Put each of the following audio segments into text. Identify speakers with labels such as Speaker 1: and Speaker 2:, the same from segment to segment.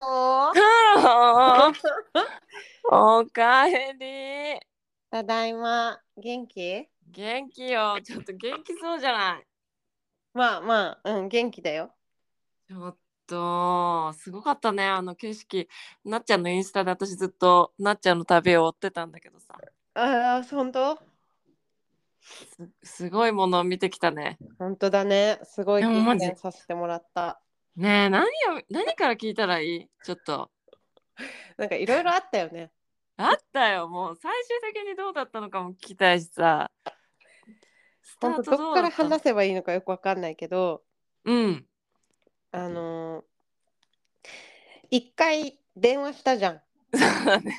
Speaker 1: あーおかえり。
Speaker 2: ただいま。元気
Speaker 1: 元気よ。ちょっと元気そうじゃない。
Speaker 2: まあまあ、うん、元気だよ。
Speaker 1: ちょっと、すごかったね、あの景色。なっちゃんのインスタで私ずっとなっちゃんの旅を追ってたんだけどさ。
Speaker 2: ああ、本当
Speaker 1: すすごいものを見てきたね。
Speaker 2: 本当だね。すごい
Speaker 1: でも
Speaker 2: 経
Speaker 1: マジ
Speaker 2: 験させてもらった。
Speaker 1: ねえ、何を、何から聞いたらいいちょっと。
Speaker 2: なんかいろいろあったよね。
Speaker 1: あったよ、もう最終的にどうだったのかも聞きたいしさ。スター
Speaker 2: 本当
Speaker 1: トど
Speaker 2: ど
Speaker 1: う
Speaker 2: っ
Speaker 1: だ
Speaker 2: か
Speaker 1: った
Speaker 2: ら
Speaker 1: の
Speaker 2: 話せばいいのかよくわかんないけど、
Speaker 1: うん。
Speaker 2: あのー一回電話したじゃん。
Speaker 1: そうだね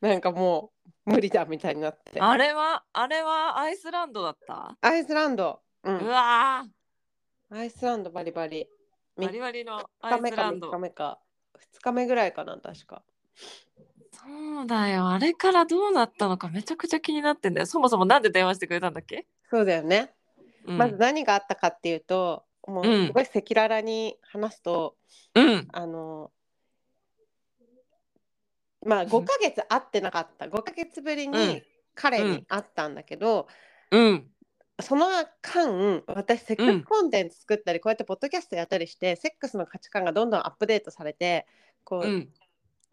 Speaker 2: なんかもう無理だみたいになって。
Speaker 1: あれは、あれはアイスランドだった、
Speaker 2: アイスランド。う。
Speaker 1: うんわー
Speaker 2: アイスランドバリバリ。み
Speaker 1: バリバリのア
Speaker 2: 2
Speaker 1: イ
Speaker 2: 日目
Speaker 1: ス
Speaker 2: か
Speaker 1: ランド
Speaker 2: 3日。目か。2日目ぐらいかな、確か。
Speaker 1: そうだよ。あれからどうなったのかめちゃくちゃ気になってんだよ。そもそもなんで電話してくれたんだっけ、
Speaker 2: そうだよね。
Speaker 1: うん、
Speaker 2: まず何があったかっていうと、もう
Speaker 1: うん
Speaker 2: すごい赤裸々に話すと、
Speaker 1: うん。
Speaker 2: あのまあ5ヶ月会ってなかった5ヶ月ぶり
Speaker 1: うん
Speaker 2: に彼
Speaker 1: う
Speaker 2: に
Speaker 1: ん
Speaker 2: 会ったんだけど、
Speaker 1: うん。
Speaker 2: その間私セックスコンテンツ作ったり、こうやってポッドキャストやったりしてセックスの価値観がどんどんアップデートされてこう、
Speaker 1: うん。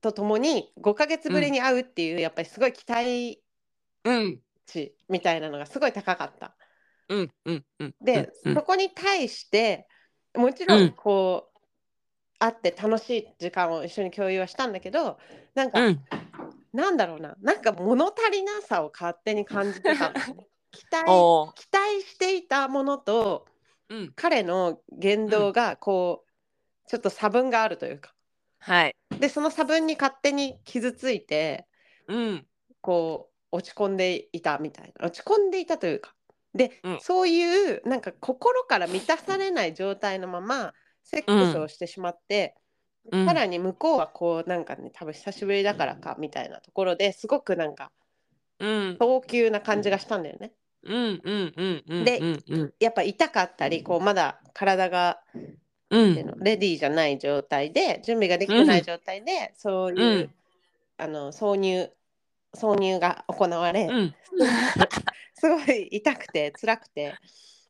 Speaker 2: とともに5ヶ月ぶりに会うっていう、やっぱりすごい期待
Speaker 1: うん。
Speaker 2: 値みたいなのがすごい高かった。
Speaker 1: うん。うん。うん。
Speaker 2: で、
Speaker 1: うん
Speaker 2: そこに対してもちろ
Speaker 1: うん
Speaker 2: んこう、会って楽しい時間を一緒に共有はしたんだけどなんか、
Speaker 1: うん。
Speaker 2: なんだろうななんか物足りなさを勝手に感じてたの ね期待
Speaker 1: おー
Speaker 2: 期待していたものと
Speaker 1: うん。
Speaker 2: 彼の言動がこう、ちょっと差分があるというか
Speaker 1: はい。
Speaker 2: でその差分に勝手に傷ついて
Speaker 1: うん。
Speaker 2: こう落ち込んでいたみたいな落ち込んでいたというかで、
Speaker 1: うん
Speaker 2: そういうなんか心から満たされない状態のままセックスをしてしまって、
Speaker 1: うん
Speaker 2: さらに向こうはこうなんかね多分久しぶりだからかみたいなところですごくなんか
Speaker 1: うん。
Speaker 2: 等級な感じがしたんだよね。
Speaker 1: うん。うん。うん。うん。
Speaker 2: で
Speaker 1: うん。うん。
Speaker 2: やっぱ痛かったりこうまだ体が、
Speaker 1: う
Speaker 2: あ
Speaker 1: ん。
Speaker 2: のレディーじゃない状態で準備ができてな
Speaker 1: う
Speaker 2: い
Speaker 1: ん
Speaker 2: 状態で、そういう、
Speaker 1: うん
Speaker 2: あの挿入挿入が行われ、
Speaker 1: うん。
Speaker 2: すごい痛くて辛くて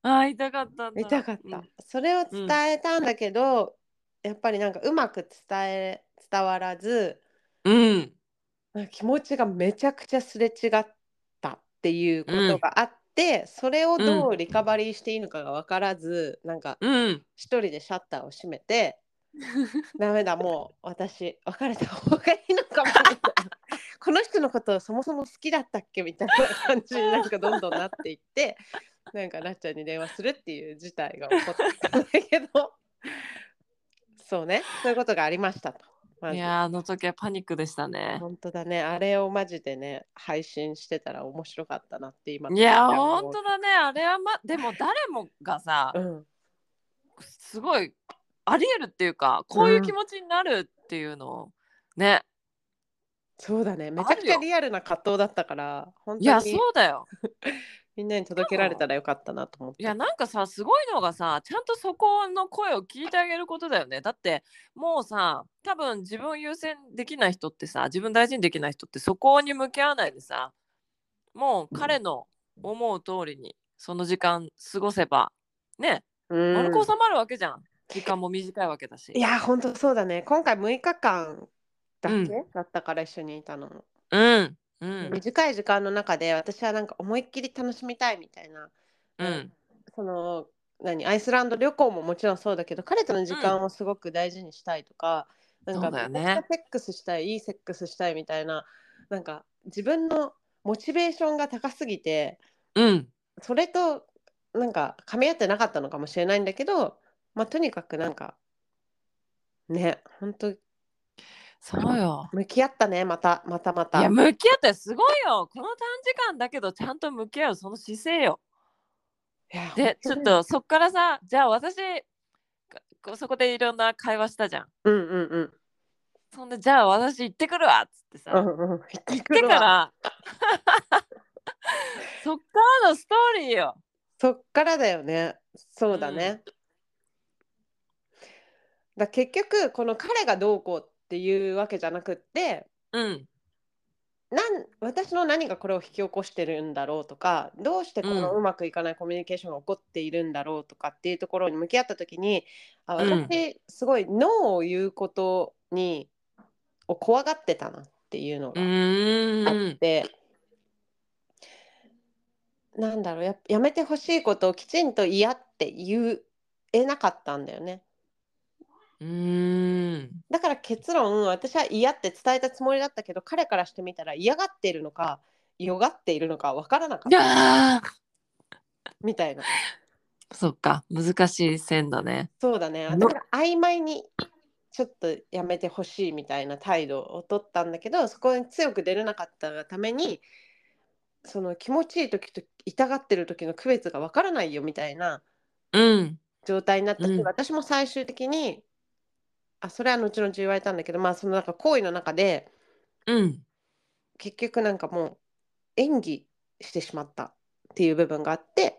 Speaker 1: あー、痛かったんだ。
Speaker 2: 痛かった、
Speaker 1: うん
Speaker 2: それを伝えたんだけど、やっぱりなんかうまく伝え伝わらず
Speaker 1: うん。
Speaker 2: なんか気持ちがめちゃくちゃすれ違ったっていうことがあって、それをどうリカバリーしていいのかが分からず、なんか
Speaker 1: うん。
Speaker 2: 一人でシャッターを閉めてダメだもう私別れた方がいいのかも この人のことそもそも好きだったっけみたいな感じになんかどんどんなっていってなんかなっちゃんに電話するっていう事態が起こったんだけどそうねそういうことがありましたと。まず
Speaker 1: いやー、あの時はパニックでしたね。
Speaker 2: 本当だねあれをマジでね配信してたら面白かったなって今
Speaker 1: いやー、
Speaker 2: 思う
Speaker 1: 本当だね。あれはま、でも誰もがさ、
Speaker 2: うん
Speaker 1: すごいありえるっていうかこういう気持ちになるっていうのをね、
Speaker 2: そうだねめちゃくちゃリアルな葛藤だったから本
Speaker 1: いや
Speaker 2: 当
Speaker 1: そ
Speaker 2: に
Speaker 1: うだよ
Speaker 2: みんなに届けられたらよかったなと思って
Speaker 1: いやなんかさすごいのがさちゃんとそこの声を聞いてあげることだよねだってもうさ多分自分を優先できない人ってさ自分大事にできない人ってそこに向き合わないでさもう彼の思う通りにその時間過ごせばね
Speaker 2: うん
Speaker 1: 丸く収まるわけじゃん、時間も短いわけだし
Speaker 2: いや本当そうだね今回6日間だけ、
Speaker 1: うん
Speaker 2: だったから一緒にいたの、
Speaker 1: うんうん
Speaker 2: 短い時間の中で私はなんか思いっきり楽しみたいみたいな、
Speaker 1: うん
Speaker 2: その何アイスランド旅行ももちろんそうだけど彼との時間をすごく大事にしたいとか、なん
Speaker 1: そ
Speaker 2: か
Speaker 1: うだよね
Speaker 2: めちゃくちゃセックスしたいいいセックスしたいみたいななんか自分のモチベーションが高すぎて
Speaker 1: うん
Speaker 2: それとなんか噛み合ってなかったのかもしれないんだけど、まあ、とにかくなんかね本当
Speaker 1: そうよ
Speaker 2: 向き合ったねまたまたま
Speaker 1: い
Speaker 2: た
Speaker 1: や向き合ってすごいよこの短時間だけどちゃんと向き合うその姿勢よ
Speaker 2: いや
Speaker 1: でちょっとそっからさじゃあ私かこうそこでいろんな会話したじゃん
Speaker 2: うんうんうん
Speaker 1: そんでじゃあ私行ってくるわっつってさ、
Speaker 2: うんうん言っ
Speaker 1: 行ってから そっからのストーリーよ
Speaker 2: そっからだよねそうだね、だ結局この彼がどうこうっていうわけじゃなくって
Speaker 1: うん
Speaker 2: なん私の何がこれを引き起こしてるんだろうとかどうしてこの
Speaker 1: う
Speaker 2: うまくいかないコミュニケーションが起こっているんだろうとかっていうところに向き合った時にあ
Speaker 1: うん
Speaker 2: 私すごいノーを言うことにを怖がってたなっていうの
Speaker 1: う
Speaker 2: が
Speaker 1: ーん
Speaker 2: でなんだろうややめてほしいことをきちんと嫌って言えなかったんだよね
Speaker 1: うーん
Speaker 2: だから結論私は嫌って伝えたつもりだったけど彼からしてみたら嫌がっているのかよがっているのか分からなかった
Speaker 1: あ
Speaker 2: みたいな
Speaker 1: ーそっか難しい線だね
Speaker 2: そうだね
Speaker 1: うわ
Speaker 2: だから曖昧にちょっとやめてほしいみたいな態度を取ったんだけどそこに強く出れなかったがためにその気持ちいい時と痛がってる時の区別が分からないよみたいな
Speaker 1: うん
Speaker 2: 状態になったし、
Speaker 1: うん
Speaker 2: 私も最終的にあそれは後々言われたんだけどまあそのなんか行為の中で
Speaker 1: うん
Speaker 2: 結局なんかもう演技してしまったっていう部分があって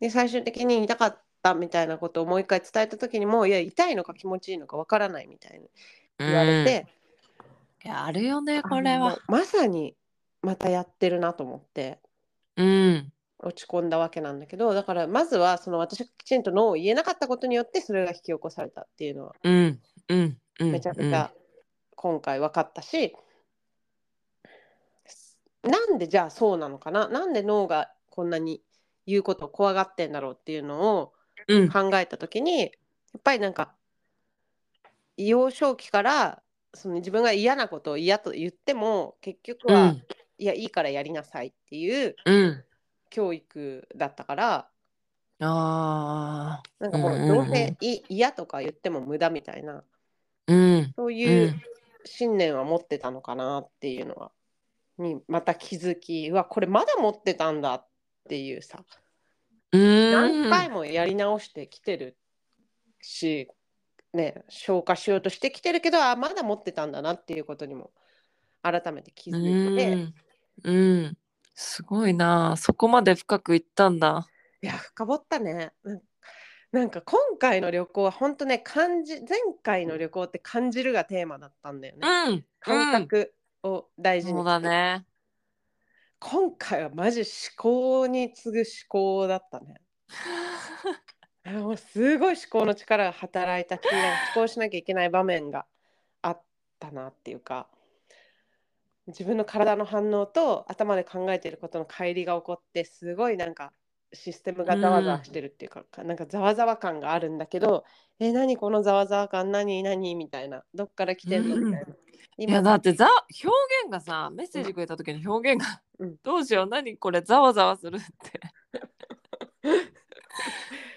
Speaker 2: で最終的に痛かったみたいなことをもう一回伝えた時にもういや痛いのか気持ちいいのかわからないみたいに言われて、
Speaker 1: うんやるよね
Speaker 2: あ
Speaker 1: これ
Speaker 2: も
Speaker 1: は
Speaker 2: うまさにまたやってるなと思って
Speaker 1: うん
Speaker 2: 落ち込んだわけなんだけどだからまずはその私がきちんとノーを言えなかったことによってそれが引き起こされたっていうのは
Speaker 1: うんうんうん
Speaker 2: めちゃくちゃ今回分かったし、なんでじゃあそうなのかななんで脳がこんなに言うことを怖がってんだろうっていうのを
Speaker 1: うん
Speaker 2: 考えた時にやっぱりなんか幼少期からその自分が嫌なことを嫌と言っても結局
Speaker 1: う
Speaker 2: は、
Speaker 1: ん
Speaker 2: いやいいからやりなさいっていう
Speaker 1: うん
Speaker 2: 教育だったから
Speaker 1: あ
Speaker 2: なんかも
Speaker 1: うん
Speaker 2: う
Speaker 1: うんう
Speaker 2: ど
Speaker 1: ん
Speaker 2: うせい嫌とか言っても無駄みたいな
Speaker 1: ーうん
Speaker 2: そういううん信念は持ってたのかなっていうのは、にまた気づきうわこれまだ持ってたんだっていうさ
Speaker 1: う
Speaker 2: 何
Speaker 1: ー
Speaker 2: 回
Speaker 1: ん
Speaker 2: もやり直してきてるし、ね、消化しようとしてきてるけどあまだ持ってたんだなっていうことにも改めて気
Speaker 1: う
Speaker 2: づいて、
Speaker 1: んうんすごいなあそこまで深くいったんだ
Speaker 2: いや深掘ったね。なんなんか今回の旅行は本当ね感じ前回の旅行って感じるがテーマだったんだよね。
Speaker 1: うん
Speaker 2: 感覚を大事に、
Speaker 1: そう だね
Speaker 2: 今回はマジ思考に次ぐ思考だったね。あもうすごい思考の力が働いたしなんか思考しなきゃいけない場面があったなっていうか自分の体の反応と頭で考えていることの乖離が起こってすごいなんかシステムがざわざわしてるっていうか、なんかざわざわ感があるんだけどえ何このざわざわ感何何みたいなどっから来てんのみたいな。
Speaker 1: いやだってざ表現がさメッセージくれた時の表現が、
Speaker 2: うん
Speaker 1: どうしよう何これざわざわするって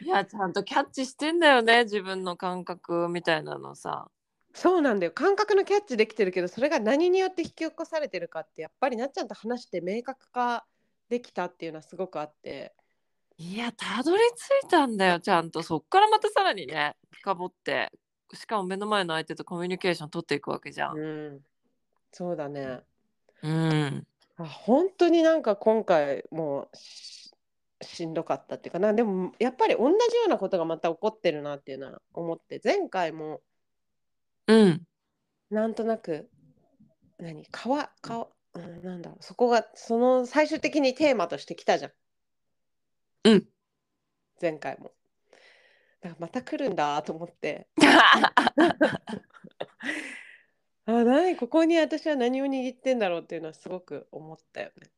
Speaker 1: いやちゃんとキャッチしてんだよね自分の感覚みたいなのさ
Speaker 2: そうなんだよ感覚のキャッチできてるけどそれが何によって引き起こされてるかってやっぱりなっちゃんと話して明確化できたっていうのはすごくあって
Speaker 1: いやたどり着いたんだよちゃんとそっからまたさらにね深掘ってしかも目の前の相手とコミュニケーション取っていくわけじゃん。
Speaker 2: うんそうだね
Speaker 1: うん、
Speaker 2: あ本当になんか今回もうししんどかったっていうかなでもやっぱり同じようなことがまた起こってるなっていうのは思って前回も
Speaker 1: うん、
Speaker 2: なんとなく何川川、うん、なんだろうそこがその最終的にテーマとしてきたじゃん。
Speaker 1: うん
Speaker 2: 前回も。だからまた来るんだと思 ってあ何ここに私は何を握ってんだろうっていうのはすごく思ったよね。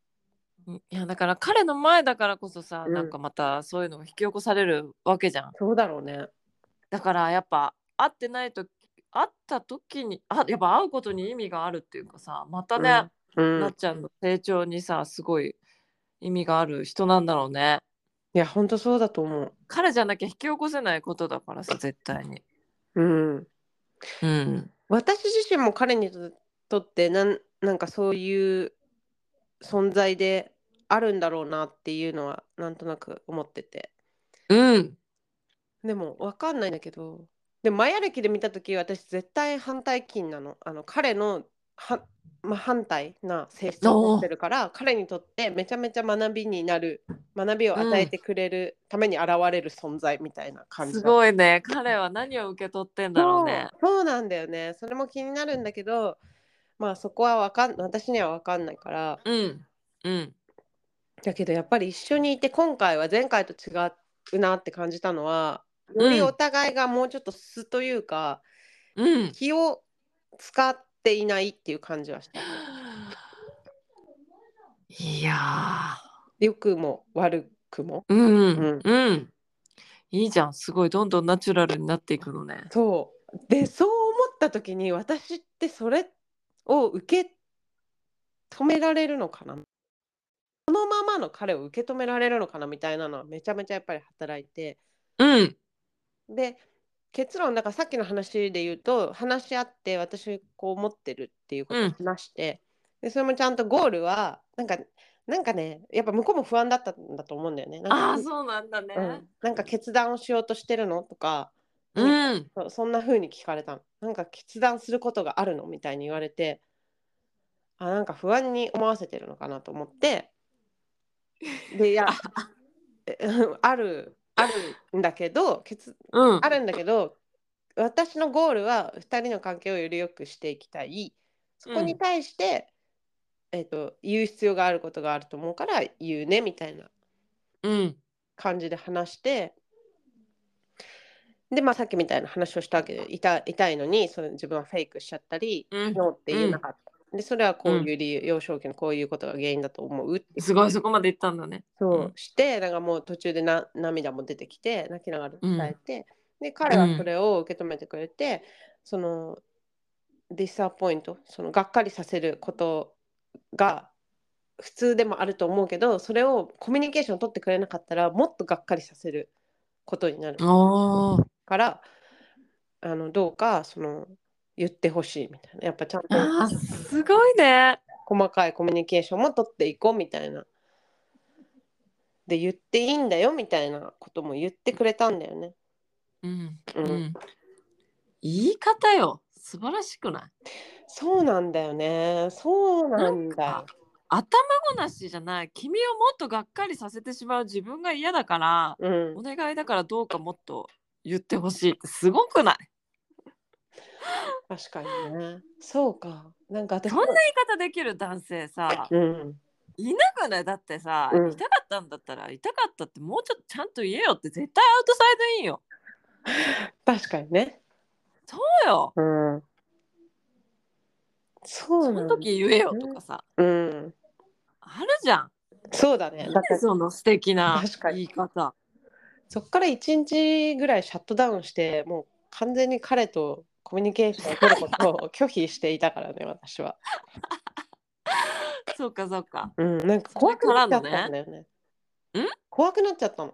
Speaker 1: いやだから彼の前だからこそさ、
Speaker 2: うん
Speaker 1: なんかまたそういうのが引き起こされるわけじゃん。
Speaker 2: そうだろうね。
Speaker 1: だからやっぱ会ってないと会った時にあやっぱ会うことに意味があるっていうかさまたね、
Speaker 2: うん、
Speaker 1: なっちゃんの成長にさすごい意味がある人なんだろうね
Speaker 2: いや本当そうだと思う。
Speaker 1: 彼じゃなきゃ引き起こせないことだからさ絶対に
Speaker 2: うん、
Speaker 1: うん
Speaker 2: 私自身も彼にととってなんなんかそういう存在であるんだろうなっていうのはなんとなく思ってて
Speaker 1: うん
Speaker 2: でも分かんないんだけどでもマヤ歴で見た時私絶対反対金なのあの彼のは、まあ、反対な性質を持ってるから彼にとってめちゃめちゃ学びになる学びを与えてくれるために現れる存在みたいな感じ
Speaker 1: す
Speaker 2: い
Speaker 1: ごいね彼は何を受け取ってんだろうね
Speaker 2: そうそうなんだよねそれも気になるんだけどまあそこはわかん私には分かんないから
Speaker 1: うんうん
Speaker 2: だけどやっぱり一緒にいて今回は前回と違うなって感じたのはより
Speaker 1: うん
Speaker 2: お互いがもうちょっと素というか、
Speaker 1: うん
Speaker 2: 気を使っていないっていう感じはした
Speaker 1: いやー
Speaker 2: 良くも悪くも
Speaker 1: うんうんいいじゃんすごいどんどんナチュラルになっていくのね
Speaker 2: そうでそう思った時に私ってそれを受け止められるのかなそのままの彼を受け止められるのかなみたいなのはめちゃめちゃやっぱり働いて
Speaker 1: うん
Speaker 2: で結論だからさっきの話で言うと話し合って私こう思ってるっていうことを話して、でそれもちゃんとゴールはなんかなんかねやっぱ向こうも不安だったんだと思うんだよね。なんか
Speaker 1: ああそうなんだね
Speaker 2: うん、なんか決断をしようとしてるのとか
Speaker 1: うん
Speaker 2: そそんな風に聞かれたの。なんか決断することがあるのみたいに言われて、あ、なんか不安に思わせてるのかなと思って、で、いや、え うんある、あるんだけど、決
Speaker 1: うん
Speaker 2: あるんだけど、私のゴールは2人の関係をより良くしていきたい。そこ
Speaker 1: う
Speaker 2: に
Speaker 1: ん
Speaker 2: 対して、えっと、言う必要があることがあると思うから言うねみたいな
Speaker 1: うん
Speaker 2: 感じで話してでまあさっきみたいな話をしたわけで痛痛いのにそれ自分はフェイクしちゃったり、
Speaker 1: うん
Speaker 2: ノーって言えなかった、でそれはこういう理由、幼少期のこういうことが原因だと思うって
Speaker 1: すごいそこまで行ったんだね
Speaker 2: そう
Speaker 1: うん
Speaker 2: してなんかもう途中でな涙も出てきて泣きながら伝えて、で彼はそれを受け止めてくれて、そのディスアポイントそのがっかりさせることが普通でもあると思うけどそれをコミュニケーションを取ってくれなかったらもっとがっかりさせることになる
Speaker 1: あー
Speaker 2: から、あのどうかその言ってほしいみたいなやっぱちゃんと
Speaker 1: あーすごいね
Speaker 2: 細かいコミュニケーションも取っていこうみたいな。で言っていいんだよみたいなことも言ってくれたんだよね。
Speaker 1: うん
Speaker 2: う
Speaker 1: うんん言い方よ素晴らしくない
Speaker 2: そうなんだよね。そうなんだよ。
Speaker 1: 頭ごなしじゃない君をもっとがっかりさせてしまう自分が嫌だから
Speaker 2: うん
Speaker 1: お、願いだからどうかもっと言ってほしいってすごくない
Speaker 2: 確かにね。そうか。なんか私
Speaker 1: そんな言い方できる男性さ
Speaker 2: うん、
Speaker 1: いなくないだってさ、
Speaker 2: うん
Speaker 1: 痛かったんだったら痛かったってもうちょっとちゃんと言えよって絶対アウトサイドインよ
Speaker 2: 確かにね。
Speaker 1: そうよ
Speaker 2: うん。そう
Speaker 1: そ
Speaker 2: な
Speaker 1: の
Speaker 2: んだ。
Speaker 1: 時言えよとかさ
Speaker 2: うん。
Speaker 1: あるじゃん
Speaker 2: そうだね。だって
Speaker 1: その素敵な
Speaker 2: 確かに
Speaker 1: 言い方
Speaker 2: そっから1日ぐらいシャットダウンしてもう完全に彼とコミュニケーションを取ることを拒否していたからね 私は。
Speaker 1: そうかそうか
Speaker 2: うん、なんか怖くなっちゃったんだよね。
Speaker 1: うん
Speaker 2: 怖くなっちゃったの。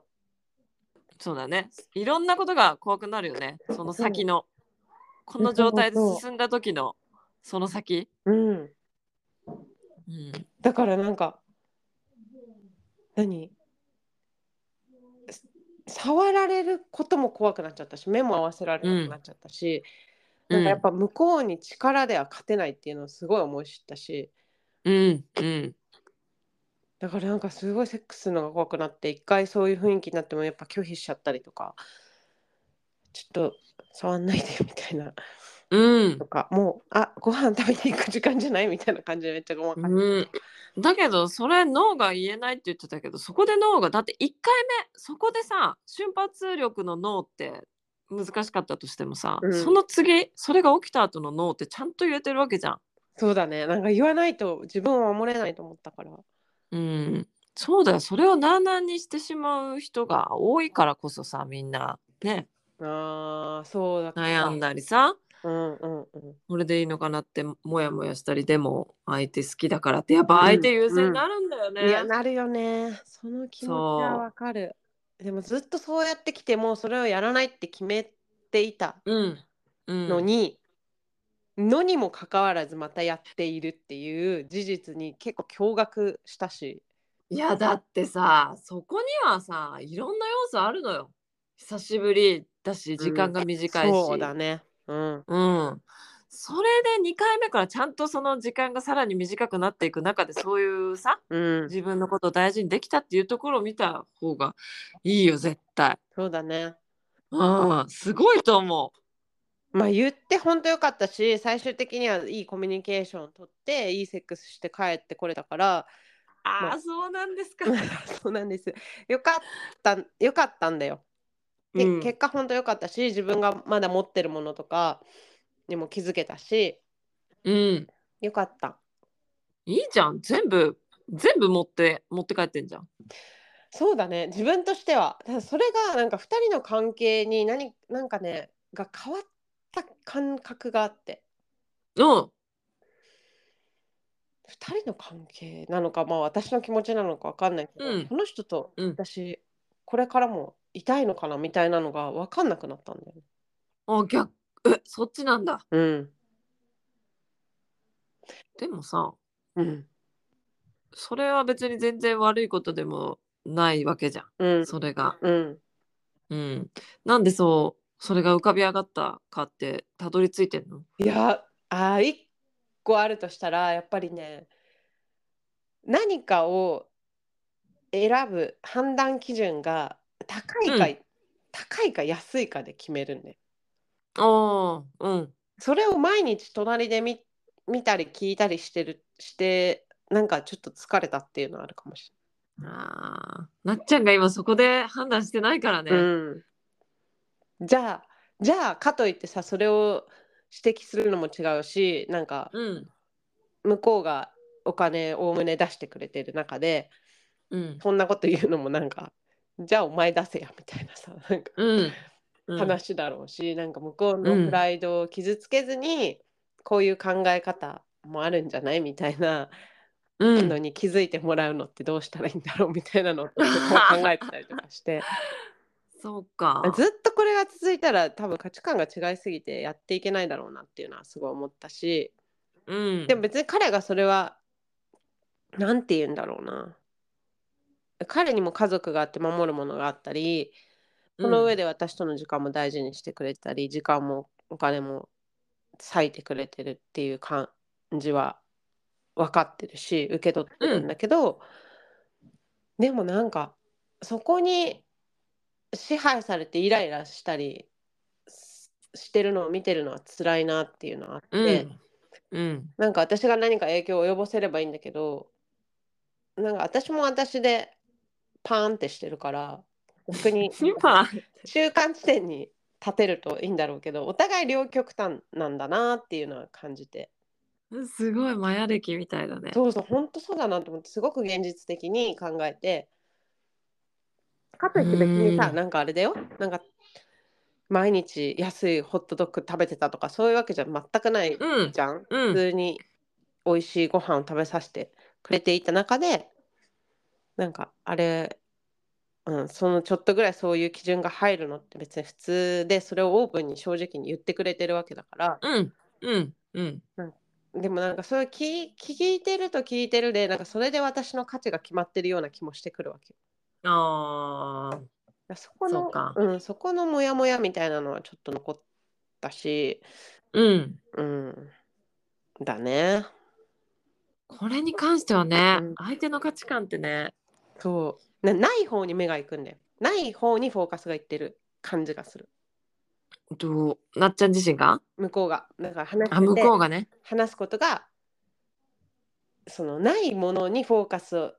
Speaker 1: そうだねいろんなことが怖くなるよねその先のこの状態で進んだ時のその先
Speaker 2: うん、
Speaker 1: うん
Speaker 2: だからなんか何す触られることも怖くなっちゃったし目も合わせられなくなっちゃったし、
Speaker 1: う
Speaker 2: なんかや
Speaker 1: ん
Speaker 2: っぱ向こうに力では勝てないっていうのをすごい思い知ったし
Speaker 1: うんうん
Speaker 2: だからなんかすごいセックスのが怖くなって一回そういう雰囲気になってもやっぱ拒否しちゃったりとかちょっと触んないでみたいな
Speaker 1: うん
Speaker 2: とかもうあご飯食べていく時間じゃないみたいな感じでめっちゃごまかして
Speaker 1: うん、だけどそれ脳が言えないって言ってたけどそこで脳がだって1回目そこでさ瞬発力の脳って難しかったとしてもさ、
Speaker 2: うん
Speaker 1: その次それが起きた後の脳ってちゃんと言えてるわけじゃん。
Speaker 2: そうだねなんか言わないと自分を守れないと思ったから
Speaker 1: うん、そうだよそれをなあなあにしてしまう人が多いからこそさみんなね
Speaker 2: あーそうだから
Speaker 1: 悩んだりさ
Speaker 2: うんうんうん
Speaker 1: これでいいのかなってモヤモヤしたりでも相手好きだからってやっぱ相手優先になるんだよね。
Speaker 2: いやなるよねその気持ちはわかるでもずっとそうやってきてもうそれをやらないって決めていた
Speaker 1: うんうん、
Speaker 2: のに、のにもかかわらずまたやっているっていう事実に結構驚愕したし
Speaker 1: いやだってさそこにはさいろんな要素あるのよ久しぶりだし時間が短いし、うん
Speaker 2: そうだねうん
Speaker 1: それで2 2回目からちゃんとその時間がさらに短くなっていく中でそういうさ
Speaker 2: うん、
Speaker 1: 自分のことを大事にできたっていうところを見た方がいいよ絶対。
Speaker 2: そうだね。
Speaker 1: うん、すごいと思
Speaker 2: まあ言って本当よかったし最終的にはいいコミュニケーションを取っていいセックスして帰ってこれた から
Speaker 1: う。あ
Speaker 2: ま
Speaker 1: あ
Speaker 2: あ
Speaker 1: そうなんですか。
Speaker 2: そうなんですよかったよかったんだよ。で、
Speaker 1: うん
Speaker 2: 結果本当よかったし自分がまだ持ってるものとかにも気づけたし
Speaker 1: うん、
Speaker 2: よかった。
Speaker 1: いいじゃん全部全部持って持って帰ってんじゃん。
Speaker 2: そうだね自分としてはただそれがなんか2人の関係に何なんかねが変わった感覚があって
Speaker 1: うん
Speaker 2: 2人の関係なのかまあ私の気持ちなのか分かんないけど、
Speaker 1: うん
Speaker 2: この人と
Speaker 1: うん。
Speaker 2: 私これからもいたいのかなみたいなのが分かんなくなったんだよね。
Speaker 1: あ逆えそっちなんだ。
Speaker 2: うん
Speaker 1: でもさ
Speaker 2: うん
Speaker 1: それは別に全然悪いことでもないわけじゃ
Speaker 2: うん
Speaker 1: んそれが。
Speaker 2: うん
Speaker 1: うん、なんでそうそれが浮かび上がったかってたどり着いてんの
Speaker 2: いやあ1個あるとしたらやっぱりね何かを選ぶ判断基準が高いか、
Speaker 1: う
Speaker 2: 高いか安いかで決めるんで
Speaker 1: ああうん
Speaker 2: それを毎日隣で見見たり聞いたりしてるしてなんかちょっと疲れたっていうのはあるかもし
Speaker 1: あーなっちゃんが今そこで判断してないからね、
Speaker 2: れない、うん、じゃあじゃあかといってさそれを指摘するのも違うしなんか
Speaker 1: うん
Speaker 2: 向こうがお金おおむね出してくれてる中で
Speaker 1: うん
Speaker 2: そんなこと言うのもなんかじゃあお前出せやみたいなさなんか
Speaker 1: うんうん
Speaker 2: 話だろうし、なんか向こう
Speaker 1: うん
Speaker 2: のプライドを傷つけずに、こういう考え方もあるんじゃないみたいな
Speaker 1: う
Speaker 2: の
Speaker 1: ん
Speaker 2: に気づいてもらうのってどうしたらいいんだろうみたいなのをこう考えてたりとか して
Speaker 1: そうか
Speaker 2: ずっとこれが続いたら多分価値観が違いすぎてやっていけないだろうなっていうのはすごい思ったし
Speaker 1: うん
Speaker 2: でも別に彼がそれはなんて言うんだろうな彼にも家族があって守るものがあったりその上で
Speaker 1: で
Speaker 2: 私との時間も大事にしてくれてたり、時間もお金も割いてくれてるっていう感じは分かってるし受け取ってるんだけど、でもなんかそこに支配されてイライラしたりししてるのを見てるのは辛いなっていうのはあって、
Speaker 1: うんうん
Speaker 2: なんか私が何か影響を及ぼせればいいんだけどなんか私も私でパーンってしてるから逆 に
Speaker 1: 今
Speaker 2: 中間地点に立てるといいんだろうけどお互い両極端なんだなっていうのは感じて
Speaker 1: すごいマヤ歴みたいだね
Speaker 2: そうそう本当そうだなと思ってすごく現実的に考えてかといって別にさ
Speaker 1: うん
Speaker 2: なんかあれだよなんか毎日安いホットドッグ食べてたとかそういうわけじゃ全くない
Speaker 1: うん
Speaker 2: じゃん、
Speaker 1: う
Speaker 2: 普
Speaker 1: ん
Speaker 2: 通に美味しいご飯を食べさせてくれていた中でなんかあれ、うん、そのちょっとぐらいそういう基準が入るのって別に普通でそれをオープンに正直に言ってくれてるわけだから
Speaker 1: うんうんうん
Speaker 2: でもなんかそれ聞い聞いてると聞いてるでなんかそれで私の価値が決まってるような気もしてくるわけよ
Speaker 1: ああ
Speaker 2: だからそこ
Speaker 1: そう
Speaker 2: の
Speaker 1: か
Speaker 2: うん、そこのモヤモヤみたいなのはちょっと残ったし、
Speaker 1: うん
Speaker 2: うん、だね
Speaker 1: これに関してはね、
Speaker 2: うん
Speaker 1: 相手の価値観ってね
Speaker 2: そうなない方に目が行くんだよない方にフォーカスがいってる感じがする
Speaker 1: どうなっちゃん自身が
Speaker 2: 向こうがだから話
Speaker 1: あ
Speaker 2: して
Speaker 1: 向
Speaker 2: て
Speaker 1: こうがね
Speaker 2: 話すことがそのないものにフォーカスを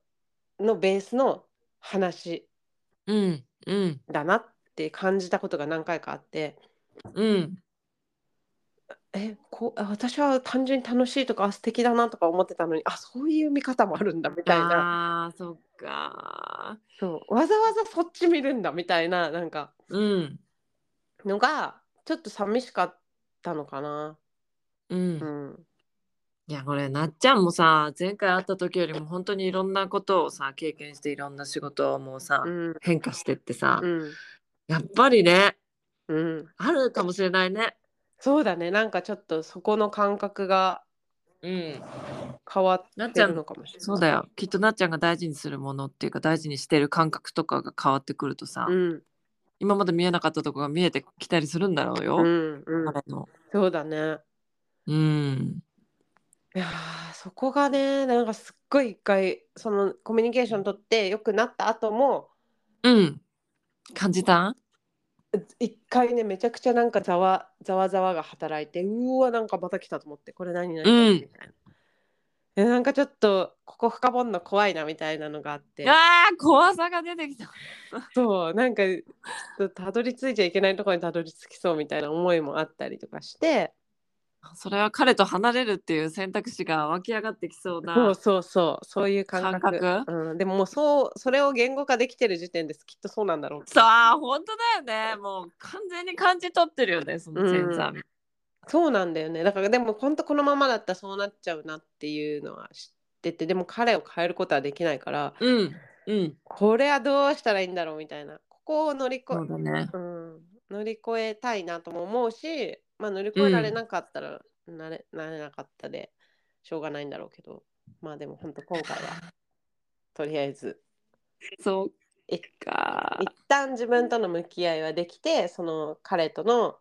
Speaker 2: のベースの話
Speaker 1: うんうん
Speaker 2: だなって感じたことが何回かあって
Speaker 1: うん
Speaker 2: えこうあ私は単純に楽しいとかあ素敵だなとか思ってたのにあそういう見方もあるんだみたいな
Speaker 1: あーそっか
Speaker 2: そうわざわざそっち見るんだみたいななんか
Speaker 1: うん
Speaker 2: のがちょっと寂しかったのかな。
Speaker 1: うん、
Speaker 2: うん
Speaker 1: いやこれなっちゃんもさ前回会った時よりも本当にいろんなことをさ経験していろんな仕事もさ、
Speaker 2: うん
Speaker 1: 変化してってさ、
Speaker 2: うん
Speaker 1: やっぱりね
Speaker 2: うん、
Speaker 1: あるかもしれないね
Speaker 2: そうだねなんかちょっとそこの感覚が
Speaker 1: うん
Speaker 2: 変わって
Speaker 1: なっちゃん
Speaker 2: るのかもしれない
Speaker 1: そうだよきっとなっちゃんが大事にするものっていうか大事にしてる感覚とかが変わってくるとさ、
Speaker 2: うん
Speaker 1: 今まで見えなかったとこが見えてきたりするんだろうよ、
Speaker 2: うんうん
Speaker 1: 彼の
Speaker 2: そうだね
Speaker 1: うん
Speaker 2: いやーそこがねなんかすっごい一回そのコミュニケーション取って良くなった後も
Speaker 1: うん。感じた
Speaker 2: 一回ねめちゃくちゃなんかざわざわざわが働いてうーわなんかまた来たと思ってこれ何何
Speaker 1: う
Speaker 2: 何
Speaker 1: ん
Speaker 2: みたいな、えなんかちょっとここ深掘んの怖いなみたいなのがあって
Speaker 1: あー怖さが出てきた。
Speaker 2: そうなんかちょっとたどり着いちゃいけないところにたどり着きそうみたいな思いもあったりとかして
Speaker 1: それは彼と離れるっていう選択肢が湧き上がってきそう
Speaker 2: そ
Speaker 1: な
Speaker 2: う。そうそうそういう感覚
Speaker 1: 感覚
Speaker 2: うん、でももうそうそれを言語化できてる時点ですきっとそうなんだろうって
Speaker 1: さあ、本当だよね。もう完全に感じ取ってるよね、そのセンサー。
Speaker 2: そうなんだよねだからでも本当このままだったらそうなっちゃうなっていうのは知っててでも彼を変えることはできないから
Speaker 1: うん。うん。
Speaker 2: これはどうしたらいいんだろうみたいなここを乗り越
Speaker 1: そう
Speaker 2: え、
Speaker 1: だね。
Speaker 2: うん、乗り越えたいなとも思うし、まあ、乗り越えられなかったらなれ,、なれなかったでしょうがないんだろうけどまあでも本当今回はとりあえず
Speaker 1: そうか。
Speaker 2: 一旦自分との向き合いはできてその彼との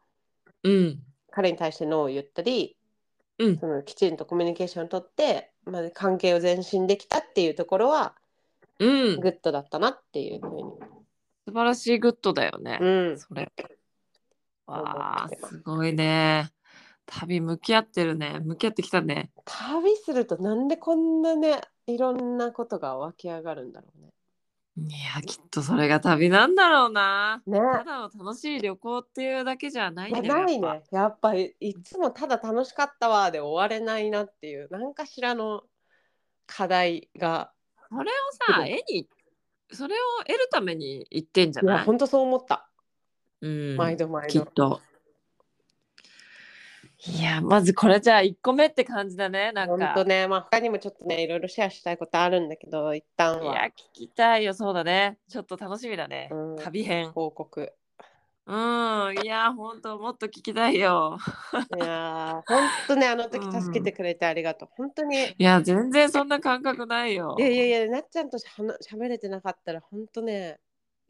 Speaker 1: うん。
Speaker 2: 彼に対してノーを言ったり、
Speaker 1: うん
Speaker 2: そのきちんとコミュニケーションをとって、まあ、関係を前進できたっていうところは
Speaker 1: うん。
Speaker 2: グッドだったなっていうふうに、
Speaker 1: 素晴らしいグッドだよね。
Speaker 2: うん、
Speaker 1: それ。
Speaker 2: 思って
Speaker 1: わあ、
Speaker 2: ます
Speaker 1: すごいね。旅向き合ってるね。向き合ってきたね。
Speaker 2: 旅するとなんでこんなねいろんなことが湧き上がるんだろうね。
Speaker 1: いや、きっとそれが旅なんだろうな。
Speaker 2: ね
Speaker 1: ただの楽しい旅行っていうだけじゃない
Speaker 2: いや
Speaker 1: ね。
Speaker 2: ない
Speaker 1: やっ
Speaker 2: ねやっぱりいつもただ楽しかったわで終われないなっていう何かしらの課題が
Speaker 1: ぱ。それをさ、
Speaker 2: す
Speaker 1: 絵に、それを得るために行ってんじゃ
Speaker 2: い
Speaker 1: な
Speaker 2: や
Speaker 1: い
Speaker 2: 本当そう思った、
Speaker 1: うん。
Speaker 2: 毎度毎
Speaker 1: きっ
Speaker 2: 度。
Speaker 1: と。いや、まずこれじゃあ1個目って感じだね。なん
Speaker 2: 本
Speaker 1: か。
Speaker 2: 当ね、まあ、他にもちょっとねいろいろシェアしたいことあるんだけど一旦
Speaker 1: い
Speaker 2: は
Speaker 1: や、聞きたいよ。そうだね。ちょっと楽しみだね。
Speaker 2: うん
Speaker 1: 旅編。
Speaker 2: 報告。
Speaker 1: うん。いや、本当もっと聞きたいよ。
Speaker 2: いやー本当ねあの時
Speaker 1: うん
Speaker 2: 助けてくれてありがとう。本当にい
Speaker 1: いや、全然そんな感覚ないよ。
Speaker 2: やいやいやなっちゃんとしゃな喋れてなかったら本当ね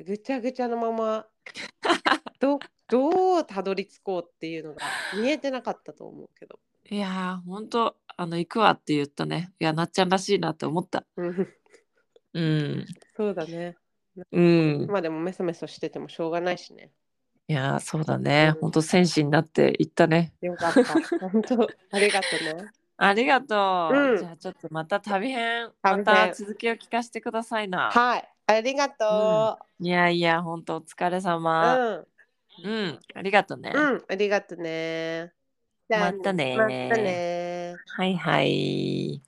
Speaker 2: ぐちゃぐちゃのま まどどうたどり着こうっていうのが見えてなかったと思うけど。
Speaker 1: いや、本当あの、行くわって言ったね。いや、なっちゃんらしいなって思った。
Speaker 2: うん
Speaker 1: うん。
Speaker 2: そうだね。
Speaker 1: うん。
Speaker 2: まあでもメソメソしててもしょうがないしね。
Speaker 1: いや、そうだね。本当戦士になって行ったね。
Speaker 2: よかった。 本当ありがとうね。
Speaker 1: ありがとう。
Speaker 2: うん
Speaker 1: じゃあ、ちょっとまた旅編、
Speaker 2: 旅
Speaker 1: ま
Speaker 2: 編
Speaker 1: た続きを聞かせてくださいな。
Speaker 2: はいありがと
Speaker 1: いやいや、本当お疲れ
Speaker 2: う。
Speaker 1: 様。
Speaker 2: うん
Speaker 1: うん。ありがとね。
Speaker 2: うん、ありがとね。じゃあ
Speaker 1: またね
Speaker 2: またね。
Speaker 1: はいはい。